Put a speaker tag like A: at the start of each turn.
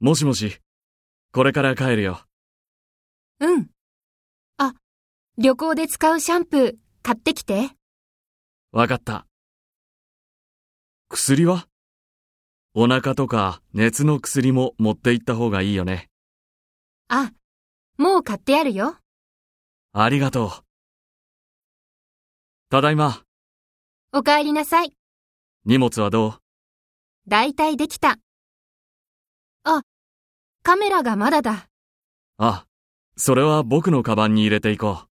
A: もしもし。これから帰るよ。
B: うん。あ、旅行で使うシャンプー買ってきて。
A: わかった。薬はお腹とか熱の薬も持って行った方がいいよね。
B: あ、もう買ってやるよ。
A: ありがとう。ただいま。
B: お帰りなさい。
A: 荷物はどう
B: だいたいできた。あ、カメラがまだだ。
A: あ、それは僕のカバンに入れていこう。